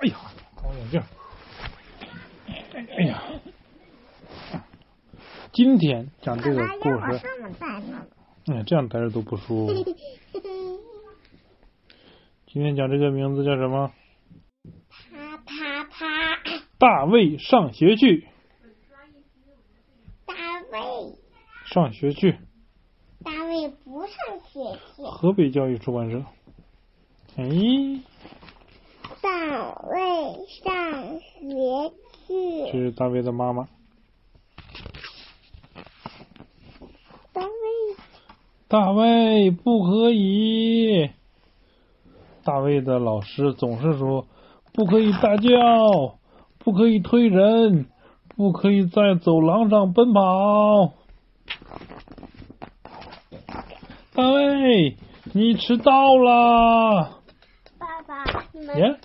哎呀，我眼镜儿，哎呀，今天讲这个故干嘛要往事，上面带呢？哎，这样待着多不舒服。今天讲这个名字叫什么？啪啪啪，大卫上学去，大卫，上学去。大卫不上学去，河北教育出版社。哎，大卫上学这去，是大卫的妈妈。大卫大卫不可以。呃大卫的老师总是说：“不可以大叫，不可以推人，不可以在走廊上奔跑。”大卫，你迟到啦！爸爸，你们耶，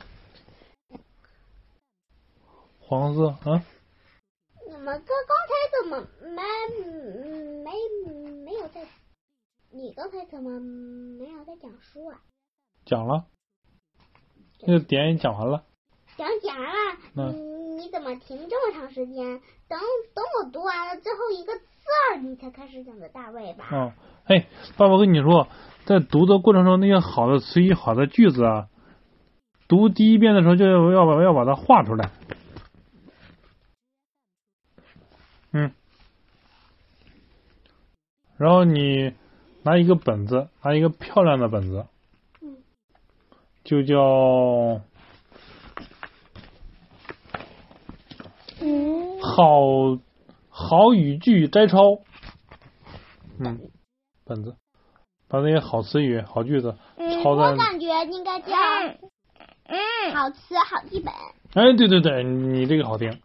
黄色啊，你们刚刚才怎么没没没有在？你刚才怎么没有在讲书啊？讲了，这个点也讲完了。讲讲啊，嗯你你怎么停这么长时间？等等我读完了最后一个字儿，你才开始讲的大卫吧？啊，哎，爸爸跟你说，在读的过程中，那些好的词语、好的句子啊，读第一遍的时候就要要把要把它画出来。嗯，然后你拿一个本子，拿一个漂亮的本子，嗯就叫嗯，好好语句摘抄，嗯，本子，把那些好词语、好句子抄在。嗯我感觉应该叫嗯好词好记本。哎，对对对，你这个好听。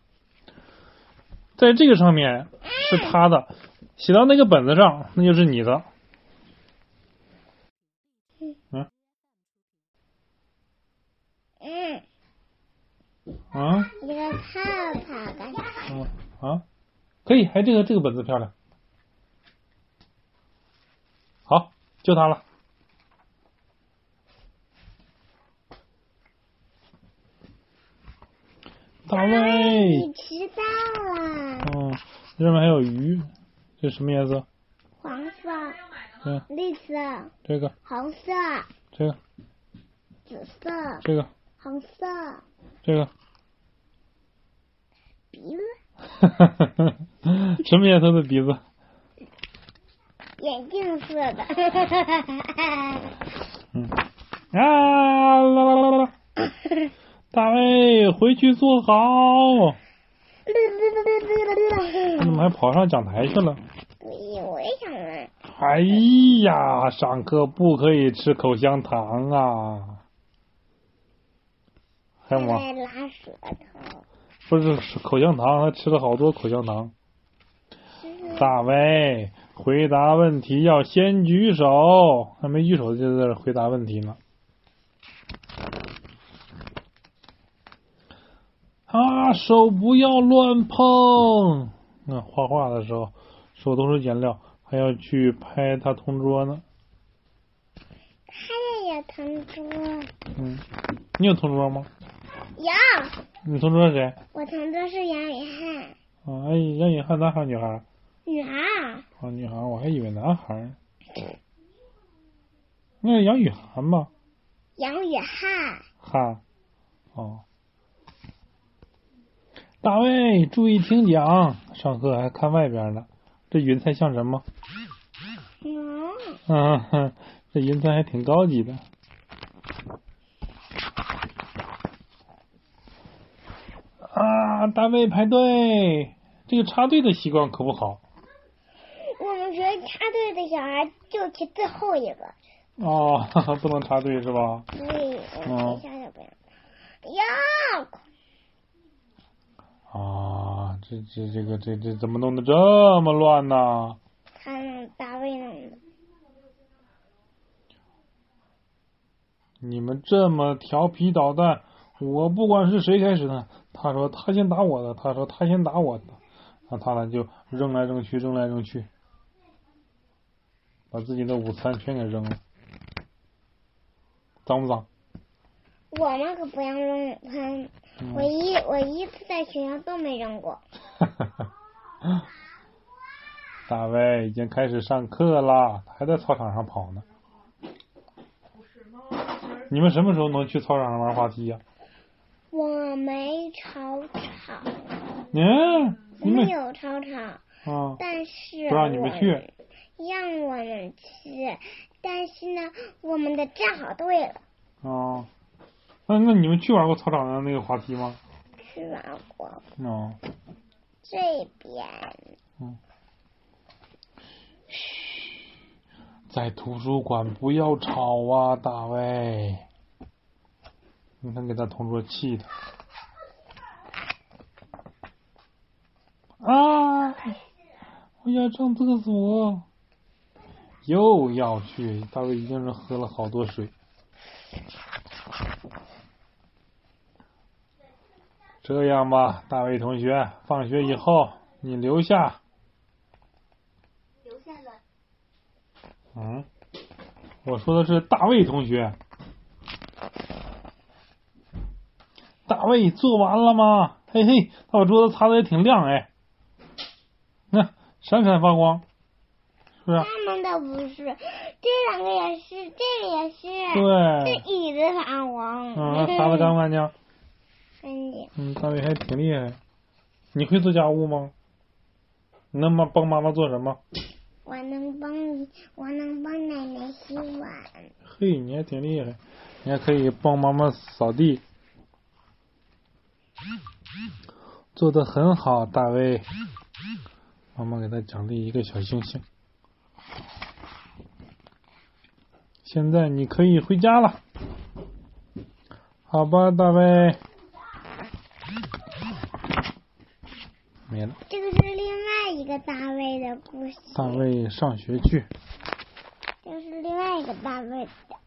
在这个上面是他的，写到那个本子上，那就是你的。嗯，啊一个泡泡感觉。嗯啊，可以，还这个这个本子漂亮。好，就它了。大卫你，迟到了，嗯，这上面还有鱼，这什么颜色？黄色、嗯，绿色、这个，红色、这个，紫色、这个，红色、这个。鼻子、 什么颜色的鼻子？眼镜色 的。嗯啊啦啦啦啦啦！大卫回去坐好。你怎么还跑上讲台去了？对，我也想问，哎呀，上课不可以吃口香糖啊！还有吗？在拉舌头，不是是口香糖，他吃了好多口香糖。是大卫回答问题要先举手，还没举手就在这回答问题呢。啊，手不要乱碰！那、画画的时候，手都是颜料，还要去拍他同桌呢。他也有同桌，嗯，你有同桌吗？有你同桌是谁？我同桌是杨雨涵，啊，哎，让你看男孩儿女孩儿？女孩儿，啊，女孩儿，我还以为男孩儿呢。那杨雨涵吗？杨雨涵，哈，哦，大卫，注意听讲，上课还看外边呢。这云彩像什么？嗯，嗯，哼这云彩还挺高级的。啊，大卫排队，这个插队的习惯可不好我们学校插队的小孩就骑最后一个，哦， 哈哈不能插队是吧？所以我们学校也不要。呀，啊，这这这个这这怎么弄得这么乱呢？他弄大卫弄的，你们这么调皮捣蛋，我不管是谁开始的，他说他先打我的，他说他先打我的，那他俩就扔来扔去，扔来扔去，把自己的午餐全给扔了，脏不脏？我们可不让扔喷，嗯我一我一次在学校都没扔过。 大卫已经开始上课了，还在操场上跑呢。你们什么时候能去操场上玩滑梯呀、我没操场，嗯，我你们们有操场，啊，但是不让你们去我们让我们去，但是呢，我们的站好队了，啊，那那你们去玩过操场上那个滑梯吗？去玩过哦，这边。在图书馆不要吵啊，大卫。你看，给他同桌气的。啊！我要上厕所。又要去，大卫一定是喝了好多水。这样吧，大卫同学，放学以后你留下。留下了。嗯，我说的是大卫同学。大卫做完了吗？嘿嘿，他把桌子擦的也挺亮哎，那、闪闪发光，是不是？他们的不是，这两个也是，这个也是，这对，椅子发光。嗯，擦的干 不干净？干净。嗯，大卫还挺厉害。你会做家务吗？你能帮帮妈妈做什么？我能帮你，我能帮奶奶洗碗。嘿，你还挺厉害，你还可以帮妈妈扫地，做的很好，大卫。妈妈给他奖励一个小星星。现在你可以回家了，好吧，大卫。没了，这个是另外一个大卫的故事，大卫上学去。这个是另外一个大卫的。